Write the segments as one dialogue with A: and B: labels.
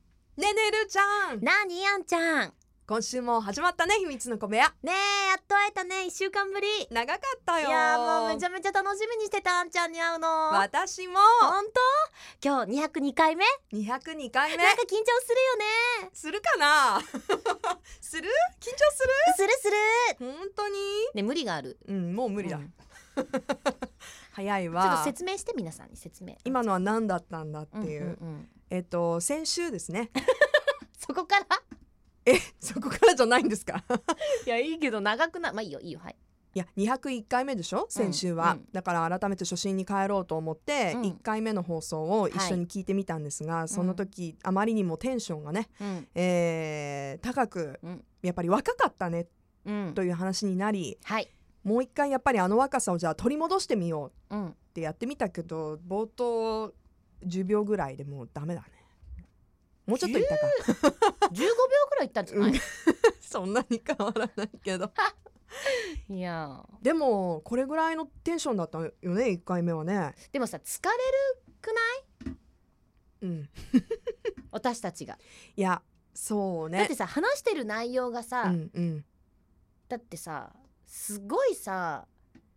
A: ねえねえるーちゃん
B: なあにあんちゃん
A: 今週も始まったね秘密の小部屋
B: ねえやっと会えたね一週間ぶりい
A: 長かったよ
B: やーもうめち
A: ゃ
B: ゃめちゃ楽しみにしてたあんちゃんに会うの本
A: 私も
B: 当今日202回目
A: 202回目
B: なんか緊張するよね
A: するかな する緊張する
B: するする
A: 本当に
B: ね無理がある
A: うんもう無理だ、
B: うんち
A: 早い
B: ょっと
A: わ
B: 説明して皆さんに説明
A: 今のは何だったんだっていう、
B: うんうんうん
A: えっと先週ですね
B: そこから
A: えそこからじゃないんですか
B: いやいいけど長くないまあいいよいいよはい
A: いや201回目でしょ先週は、
B: うんうん
A: だから改めて初心に帰ろうと思って、
B: うん
A: 一1回目の放送を一緒に聞いてみたんですが、その時あまりにもテンションがね
B: うん
A: えー高く、
B: うん
A: やっぱり若かったね
B: うん
A: という話になり
B: はい
A: もう一回やっぱりあの若さをじゃあ取り戻してみよう
B: うん
A: ってやってみたけど冒頭10秒ぐらいでもうダメだねもうちょっといったか
B: 15秒くらいいったんじゃない
A: そんなに変わらないけど
B: いや
A: でもこれぐらいのテンションだったよね1回目はね
B: ーでもさ疲れる
A: うん
B: 私たちが
A: いやそう
B: だっ
A: ね
B: てさ話してる内容がさ、
A: うんうん
B: だってさすごいさ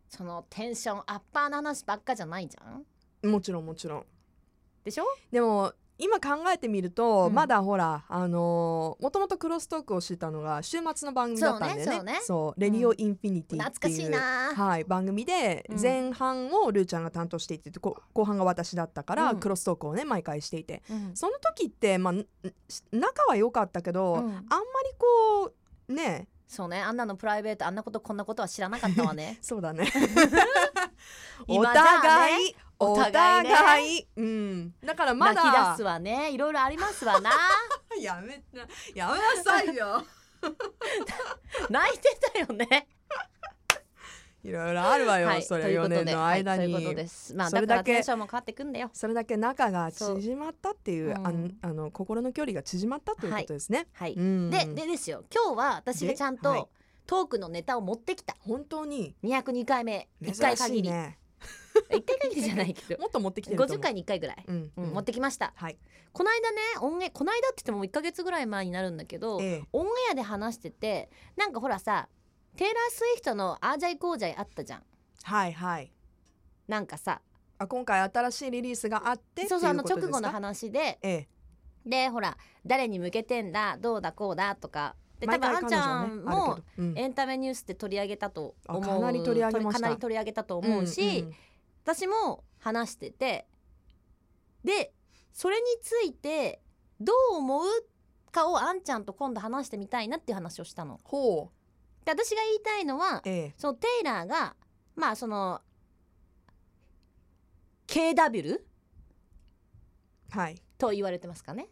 B: そのテンションアッパーな話ばっかじゃないじゃん
A: もちろんもちろん
B: でしょ
A: でも今考えてみると、
B: うん
A: まだほらあのー、もともとクロストークをしてたのが週末の番組だったんだよね
B: そうねそうね
A: レディオインフィニティ
B: 懐
A: って
B: か
A: いう、
B: しいなー
A: はい、番組で
B: うん
A: 前半をルーちゃんが担当していてこ後半が私だったから、
B: うん
A: クロストークをね毎回していて
B: うん
A: その時って、まあ、ん仲は良かったけど、
B: う
A: あんま
B: ん
A: りこうね
B: そうねあんなのプライベートあんなことこんなことは知らなかったわ ね
A: そうだねお
B: 今じゃあね
A: 互い、お
B: お
A: 互い
B: 互いね
A: うん、だからま
B: 泣
A: だ
B: き出すわねいろいろありますわな
A: やめなやめなさいよ
B: 泣いてたよね
A: いろいろあるわよ、
B: はい
A: それ
B: というこ
A: 4
B: とで
A: 年の間
B: はい、
A: に、
B: ということですまあ
A: それ
B: だ
A: だ
B: か
A: け
B: らテンションも変わってくんだよ
A: それだけ仲が縮まったっていう
B: そううん
A: あのあの心の距離が縮まったということですね。
B: はい、
A: うん
B: ででですよ今日は私がちゃんと、
A: ではい
B: トークのネタを持ってきた
A: 本当に
B: 202回目
A: 珍
B: 1回
A: しい
B: 限り、
A: ね。
B: 1回限りじゃない けど
A: もっと持ってきてると思う。
B: 50回に1回ぐらい、
A: うん、
B: うん持ってきました
A: はい。
B: この間ねオンエこの間って言っても1ヶ月ぐらい前になるんだけど
A: ええ
B: オンエアで話しててなんかほらさテイラー・スウィフトの「あーじゃいこうじゃい」あったじゃん
A: はいはい。
B: なんかさ
A: あ今回新しいリリースがあって
B: そうそうあの
A: っていことで
B: 直
A: すか
B: 後の話で
A: ええ
B: でほら誰に向けてんだどうだこうだとかで多
A: 毎
B: 分
A: 回
B: あんちゃ
A: 彼女ね
B: ん
A: あ
B: も
A: るけどうん
B: エンタメニュースで取り上げたと思う
A: あかなり取り上げました
B: かなり取り上げたと思うし、
A: んん
B: 私も話しててでそれについてどう思うかをあんちゃんと今度話してみたいなっていう話をしたの。
A: ほう
B: で私が言いたいのは
A: ええ
B: そのテイラーがまあその KW
A: はい
B: と言われてますかね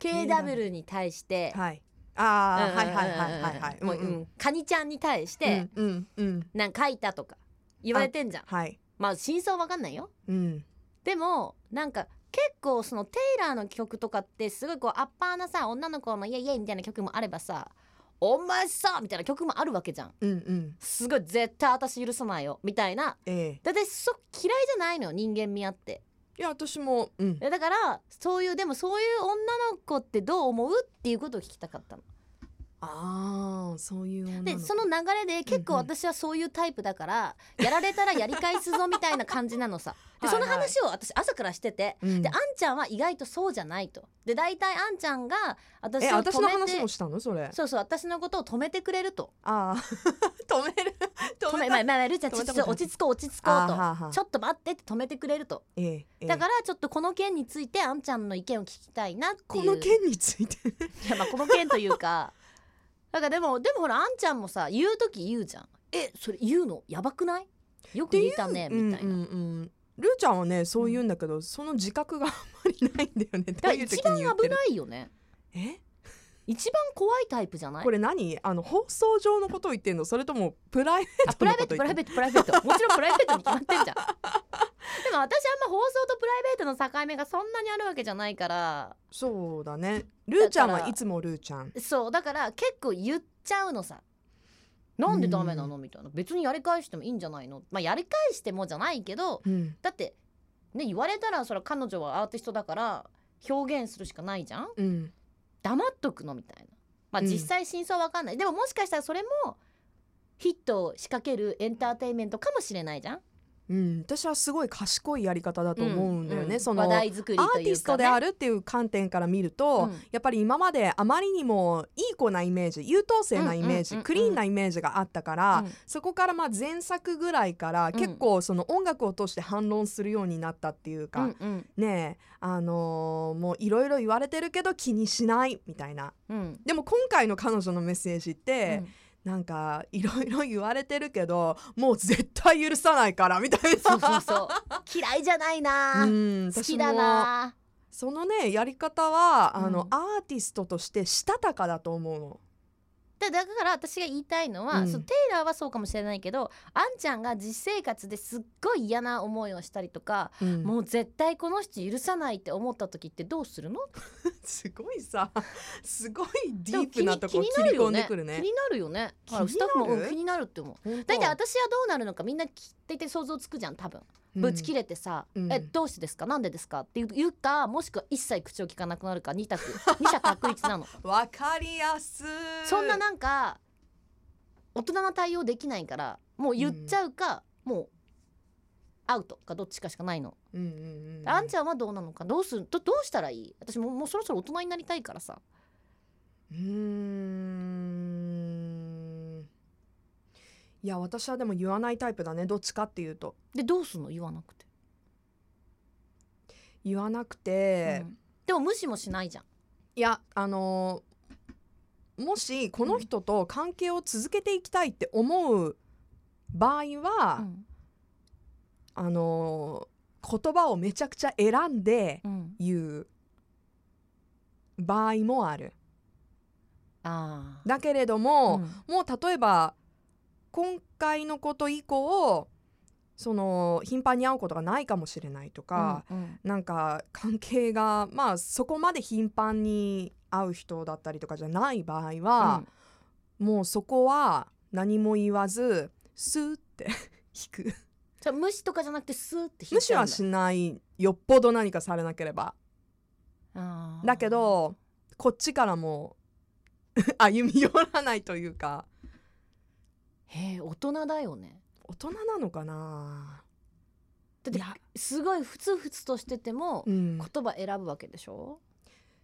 A: KW
B: KW に対して
A: はいああ、
B: うん
A: はいはいはいはいはい
B: もう
A: うんうん
B: うんカニちゃんに対して
A: うんうんうん
B: なんか書いたとか言われてんじゃん
A: はい
B: まあ真相わかんないよ
A: うん
B: でもなんか結構そのテイラーの曲とかってすごいこうアッパーなさ女の子の「イエイイエイ」みたいな曲もあればさ「お前さ」みたいな曲もあるわけじゃん
A: うんうん
B: すごい絶対私許さないよみたいな
A: ええ
B: だってそ嫌いじゃないのよ人間味あって
A: いや私もうん
B: えだからそういうでもそういう女の子ってどう思うっていうことを聞きたかったの
A: ああそういう女の
B: で
A: 子
B: その流れで結構
A: うんうん
B: 私はそういうタイプだから、やられたらやり返すぞみたいな感じなのさ で
A: はい
B: そ
A: は
B: の
A: い
B: 話を私朝からしてて
A: うん
B: であんちゃんは意外とそうじゃないとで大体あんちゃんが私
A: え
B: を
A: 私の
B: 止め
A: 話
B: て
A: もしたのそれ
B: そうそう私のことを止めてくれると
A: ああ 止める
B: 止
A: 止めた
B: めまあまあまあるーちゃん
A: 止
B: ちょ
A: め
B: っと
A: た
B: ちょ
A: こ
B: っと
A: と
B: 落ち着こう落ち着こ
A: あ
B: う
A: ー
B: と
A: はあはあ
B: ちょっと待ってって止めてくれると
A: ええええ
B: だからちょっとこの件についてあんちゃんの意見を聞きたいなってい
A: こ
B: う
A: の件について
B: いやまあこの件というか なんかでもでもほらあんちゃんもさ言う時言うじゃんえそれ言うのやばくないよく言えたねみたいな、
A: うんうんうんルーちゃんはねそう言うんだけど、その自覚があんまりないんだよね
B: だ
A: ど
B: か
A: う
B: ら
A: いう時
B: 一
A: に
B: 番
A: 言って
B: 危
A: る
B: ないよね
A: え
B: 一番怖いタイプじゃない
A: これ何あの放送上のことを言ってんのそれともプライベ
B: あ
A: ート
B: プ
A: の
B: ライベ
A: こと
B: ー
A: を
B: トプ
A: 言っ
B: ライ
A: て
B: ベートプライベートもちろんプライベートに決まってんじゃ んでも私あんま放送とプライベートの境目がそんなにあるわけじゃないから
A: そうだねルーちゃん
B: だか
A: は
B: ら
A: いつもルーちゃん
B: そうだから結構言っちゃうのさなんでダメなのみたいな別にやり返してもいいんじゃないのまあやり返してもじゃないけど
A: うん
B: だってね言われたらそれは彼女はアーティストだから表現するしかないじゃん
A: うん
B: 黙っとくのみたいなまあ
A: うん
B: 実際真相は分かんない、でももしかしたらそれもヒットを仕掛けるエンターテインメントかもしれないじゃん
A: うん、私はすごい賢いやり方だと思うんだよね、
B: う
A: その
B: 話題作りというか、
A: アー
B: ね、
A: ティストであるっていう観点から見ると、
B: うん
A: やっぱり今まであまりにもいい子なイメージ優等生なイメージ、
B: うんうんうんうん
A: クリーンなイメージがあったから、
B: うん
A: そこからまあ前作ぐらいから結構その音楽を通して反論するようになったっていうか、
B: うんうん
A: ねえあのーもういろいろ言われてるけど気にしないみたいな
B: うん
A: でも今回の彼女のメッセージって、
B: うん
A: なんかいろいろ言われてるけどもう絶対許さないからみたいな
B: そうそうそう嫌いじゃないな、
A: うん
B: 好
A: 私
B: き
A: も
B: だな
A: そのねやり方はあの、
B: うん
A: アーティストとしてしたたかだと思うの。
B: だだから私が言いたいのは、
A: うん
B: そうテイラーはそうかもしれないけどあんちゃんが実生活ですっごい嫌な思いをしたりとか、
A: もう
B: もう絶対この人許さないって思った時ってどうするの
A: すごいさ すごいディ
B: でも
A: ープなとこ
B: 気に
A: 切り込んで
B: 気
A: くる
B: にな
A: ね
B: るよね気。になるよねほら
A: 気
B: ス
A: に
B: タ
A: な
B: ッ
A: る
B: フも、うん気になるって思う大体私はどうなるのかみんなき大体想像つくじゃん多分ぶち切
A: れ、
B: れてさ「
A: うん
B: えどうしてですかなんでですか?」って言うかもしくは一切口を聞かなくなるか2択二者確立な の
A: うんわかりやすい。
B: そんななんか大人な対応できないからもう言っちゃうか、もうアウトかどっちかしかないの、
A: うんうんうん、
B: あん
A: ゃ
B: ちゃんはどうなのかどうするどどうしたらいい私ももうそろそろ大人になりたいからさ
A: うーんいや私はでも言わないタイプだねどっちかっていうと
B: でどうすんの言わなくて、
A: 言わなくて、
B: うんでも無視もしないじゃん
A: いやあのーもしこの人と関係を続けていきたいって思う場合は、
B: うん
A: あのー言葉をめちゃくちゃ選んで
B: うん、
A: 言う場合もある。
B: あ
A: だけれど
B: あ、
A: も
B: う、ん
A: もう例えば今回のこと以降その頻繁に会うことがないかもしれないとか、
B: うん
A: なんか関係がまあそこまで頻繁に会う人だったりとかじゃない場合は、もうそこは何も言わずスーって 引く
B: じゃあ無視とかじゃなくてスーって引い
A: 無
B: ち
A: 視
B: ゃうん
A: は
B: だ
A: しないよっぽど何かされなければ
B: あー
A: だけどこっちからも 歩み寄らないというか
B: へえ大人だよね
A: 大人なのかな
B: だって
A: いや
B: すごいふつふつとしてても
A: うん
B: 言葉選ぶわけでしょ、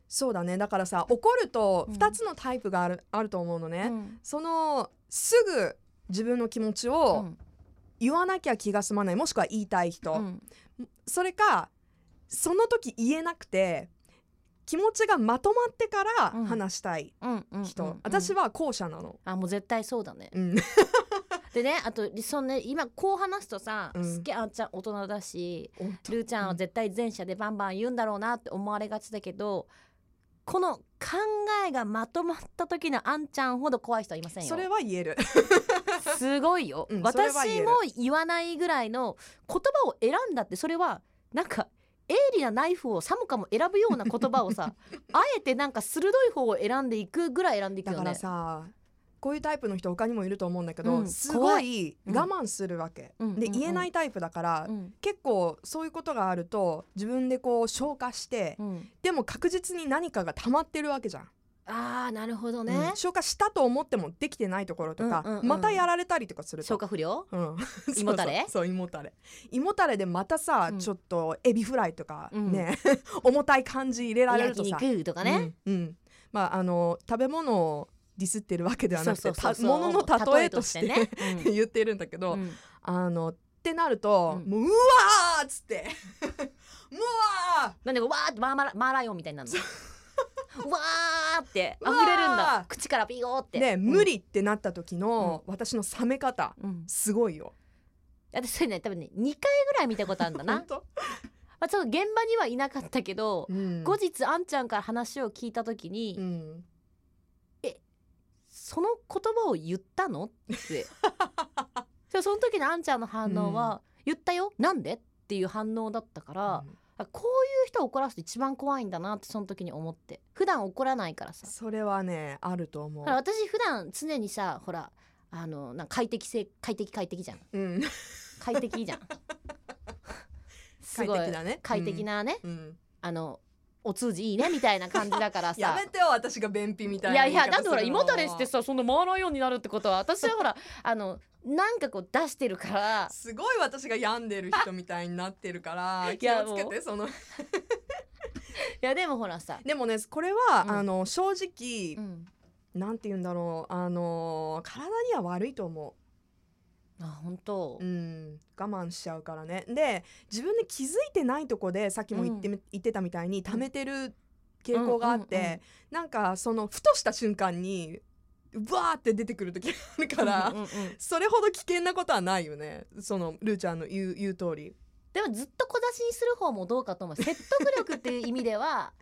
A: そうだねだからさ怒ると
B: うん
A: 2つのタイプがある,、あると思うのね、
B: うん
A: そのすぐ自分の気持ち
B: う
A: を
B: ん
A: 言わなきゃ気が済まないもしくは言いたい人、
B: うん
A: それかその時言えなくて気持ちがまとまってから
B: うん
A: 話したい
B: うんうん
A: 人、
B: うん
A: 私は後者なの、
B: あもう絶対そうだね
A: うん
B: でねあとそのね今こう話すとさ、
A: うん
B: すっげえあんちゃん大人だし
A: 本当
B: ルーちゃんは絶対前者でバンバン言うんだろうなって思われがちだけどこの考えがまとまった時のあんちゃんほど怖い人はいませんよ
A: それは言える
B: すごいよ、
A: うんそれは言え
B: 私
A: る
B: も言わないぐらいの言葉を選んだってそれはなんか鋭利なナイフをさもかも選ぶような言葉を さあえてなんか鋭い方を選んでいくぐらい選んでいく
A: だ
B: よ
A: か
B: ね
A: らさこういうタイプの人他にもいると思うんだけど、
B: うん
A: すご
B: 怖
A: い
B: うん
A: 我慢するわけ、
B: うん
A: で
B: うんうん
A: 言えないタイプだから、
B: うん
A: 結構そういうことがあると自分でこう消化して、
B: うん
A: でも確実に何かが溜まってるわけじゃん、
B: あーなるほどね、
A: うん消化したと思ってもできてないところとか、
B: うんうんうん
A: またやられたりとかすると
B: 消化不良
A: うん、
B: 胃もた
A: そう
B: れ
A: そうそう胃もたれ胃もたれでまたさ、
B: うん
A: ちょっとエビフライとか
B: うん
A: ね、 重たい感じ入れられる
B: 焼
A: とさ
B: 肉とかね、
A: うんうんまああの食べ物をディスってるわけではなく
B: そ
A: て
B: うそうそう
A: た
B: そ
A: も
B: う
A: のの例えとして
B: 例え としてねうん
A: 言ってるんだけど、
B: うん
A: あのってなると、
B: うん
A: もううわーっつって もううわ
B: なんでわーってマーマラマーライオンみたいになるのわーって溢
A: う
B: れるん
A: わ
B: だ
A: ー
B: 口からピゴーっ
A: ー
B: て
A: ね無、
B: うん
A: 理ってなった時の、私の冷め方
B: うん、
A: すごいよ。
B: 私それね多分ね2回ぐらい見たことある んだな
A: 本当
B: まあ、ちょっと現場にはいなかったけど、
A: うん
B: 後日あんちゃんから話を聞いた時に、
A: うん
B: その言葉を言ったのって でその時のあんちゃんの反応は「言ったよなんで?」っていう反応だったから、あこういう人を怒らすと一番怖いんだなってその時に思って普段怒らないからさ
A: それはねあると思う
B: だから。私普段常にさほらあのなんか快適性快適快適じゃん
A: うん、
B: 快 適じゃんす
A: 快
B: ごい
A: 適だね。
B: 快適なね、
A: うん。
B: あのお通じいいねみたいな感じだから
A: や
B: さ
A: めてよ私が便秘みたい
B: い
A: な
B: やいやだってほら胃もたれして
A: す
B: さそんな回らんようになるってことは私はほらあのなんかこう出してるから
A: すごい私が病んでる人みたいになってるから気をつけ
B: も
A: てその
B: いやでもほらさ、
A: でもねこれは、
B: うん
A: あの正直、
B: うん、
A: なんて言うんだろうあの体には悪いと思
B: あ本当
A: う、うん、我慢しちゃうからねで自分で気づいてないとこでさっきも言ってみ、言ってたみたいに溜めてる傾向があって、
B: うんうんうん
A: なんかそのふとした瞬間にうわーって出てくる時があるから、
B: うんうんうん
A: それほど危険なことはないよねそのルーちゃんの言う言う通り
B: でもずっと小出しにする方もどうかと思う説得力っていう意味で は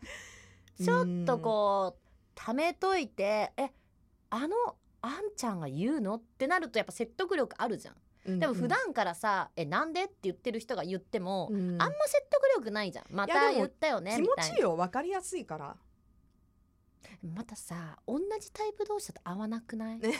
B: ちょっとこうためといてえあのあんちゃんが言うのってなるとやっぱ説得力あるじゃん
A: うん
B: でも普段からさ「えなんで?」って言ってる人が言っても、
A: うん
B: あんま説得力ないじゃんま
A: いや
B: た
A: でも
B: 言ったよね
A: 気
B: み
A: 持
B: たい
A: ち
B: ない
A: いよ分かりやすいから
B: またさ同じタイプ同士だと合わなくない、
A: ね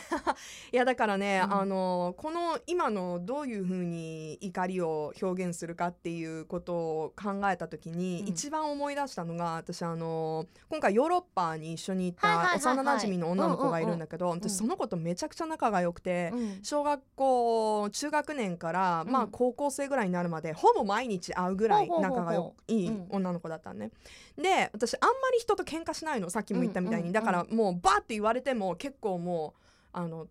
A: いやだからね、
B: うん
A: あのこの今のどういうふうに怒りを表現するかっていうことを考えた時に、
B: うん
A: 一番思い出したのが私あの今回ヨーロッパに一緒に行っ
B: はいはい
A: た
B: はいはい
A: 幼なじみの女の子がいるんだけど、
B: んうん
A: 私その子とめちゃくちゃ仲が良くて、
B: うん
A: 小学校中学年から、
B: うん
A: まあ、高校生ぐらいになるまでほぼ毎日会うぐらい
B: ほうほうほうほ
A: 仲
B: う
A: がよいい
B: うん
A: 女の子だったのね。で私あんまり人と喧嘩しないのさっきも言ったみたいに、
B: うんうんうん
A: だからもうバーって言われても結構もうあの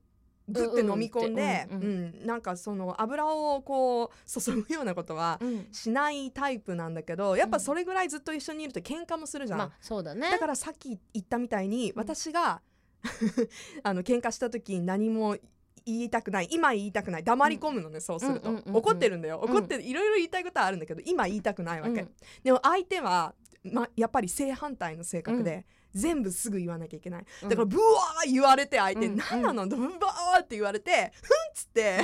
A: グッて飲み込んで、
B: う
A: うんん
B: うんう
A: なんかその油をこう注ぐようなことは
B: うん
A: しないタイプなんだけどやっぱそれぐらいずっと一緒にいると喧嘩もするじゃん。
B: まあそうだね
A: だからさっき言ったみたいに
B: ん
A: 私が、 あの喧嘩した時に何も言いたくない今言いたくない黙り込むのね、そうすると、
B: うんうんうんうん
A: 怒ってるんだよ
B: うん
A: 怒っていろいろ言いたいことはあるんだけど今言いたくないわけ、
B: うん
A: でも相手は、ま、やっぱり正反対の性格で、全部すぐ言わなきゃいけないだからブワー言われて相手、
B: うん
A: 何なのブワーって言われてふんっつって、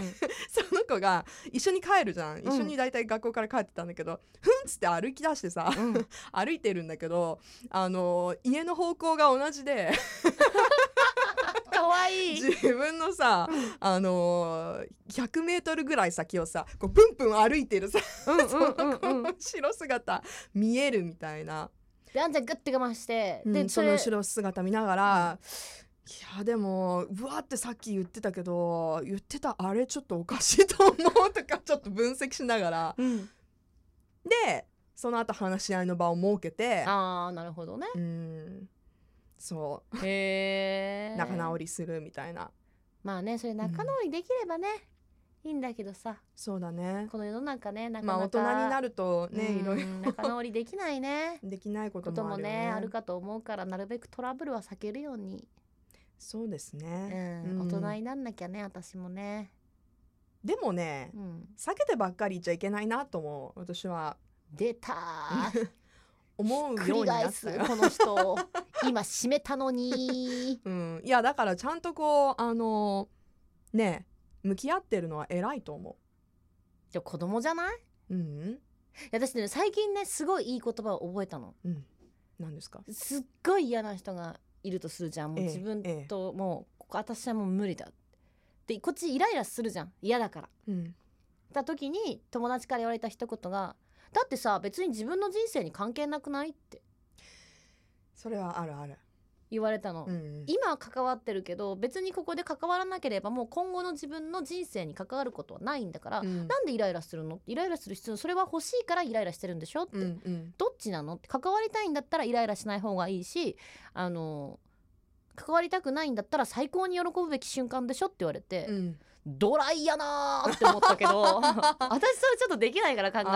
A: その子が一緒に帰るじゃん一緒に大体学校から帰ってたんだけど、ふんっつって歩き出してさ、
B: うんうん
A: 歩いてるんだけどあの家の方向が同じで
B: かわい い
A: 自分のさあの 100m ぐらい先をさこうプンプン歩いてるさ、
B: うんうんうんうん
A: 後ろ姿見えるみたいな、
B: であんちゃんグッて我慢して、
A: うん
B: で
A: そ
B: そ
A: の
B: れ
A: 後ろ姿見ながら。いやでもうわーってさっき言ってたけど言ってたあれちょっとおかしいと思うとかち ょっと分析しながら
B: うん
A: でその後話し合いの場を設けて
B: ああなる ほどね
A: うんそ
B: へ
A: う
B: え
A: 仲直りするみたいな
B: まあねそれ仲直りできればね、いいんだけどさ
A: そうだね
B: この世の中ねなかな
A: まあ
B: か
A: 大人になるとね、
B: うん
A: いろい
B: 仲直りできないね
A: ろでき ないこ
B: ことと
A: もある
B: も
A: よ
B: ね
A: ね
B: あるかと思うからなるべくトラブルは避けるように、
A: そうです
B: うん
A: ね、
B: 大
A: うん
B: 人になんなきゃね私もね、
A: でもね
B: うん、
A: 避けてばっかりいちゃいけないなとも私は
B: 出たー
A: 思うよう
B: 繰り
A: にな
B: 返
A: った
B: す
A: よ。
B: この人今締めたのに
A: うん、いやだからちゃんとこうあのね向き合ってるのは偉いと思。
B: でも子供じゃないう
A: うん、
B: 私ね最近ねすごいいい言葉を覚えたの
A: うん、なんですか。
B: すっごい嫌な人がいるとするじゃんもう
A: ええ
B: 自分
A: ええ
B: ともう、私はもう無理だでこっちイライラするじゃん嫌だから
A: うん、
B: た時に友達から言われた一言が「だってさ別に自分の人生に関係なくない?」って
A: それはあるある。
B: 言われたの、
A: うん、
B: 今は関わってるけど別にここで関わらなければもう今後の自分の人生に関わることはないんだから、
A: うん、
B: なんでイライラするのイライラする必要それは欲しいからイライラしてるんでしょっ
A: う
B: て、
A: ん、うん、
B: どっちなのって関わりたいんだったらイライラしない方がいいしあの関わりたくないんだったら最高に喜ぶべき瞬間でしょって言われて、
A: うん、
B: ドライやなーって思ったけど 私それちょっとできないから考えた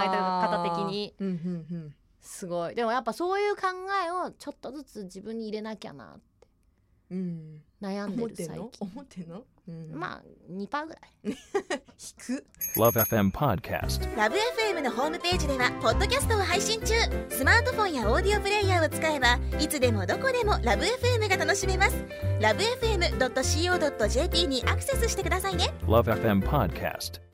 B: 方的に
A: あー。うん、うん、うん。
B: すごいでもやっぱそういう考えをちょっとずつ自分に入れなきゃなって
A: うん、
B: 悩ん
A: 思
B: で
A: っ
B: る
A: てん
B: 最
A: の
B: 近。
A: 思ってんの、うん、あ
B: まあ2%ぐらい
A: 引く
C: Love FM Podcast.
D: ラブ f m のホームページではポッドキャストを配信中スマートフォンやオーディオプレイヤーを使えばいつでもどこでもラブ f m が楽しめますラブ FM.co.jp にアクセスしてくださいね
C: Love FM Podcast.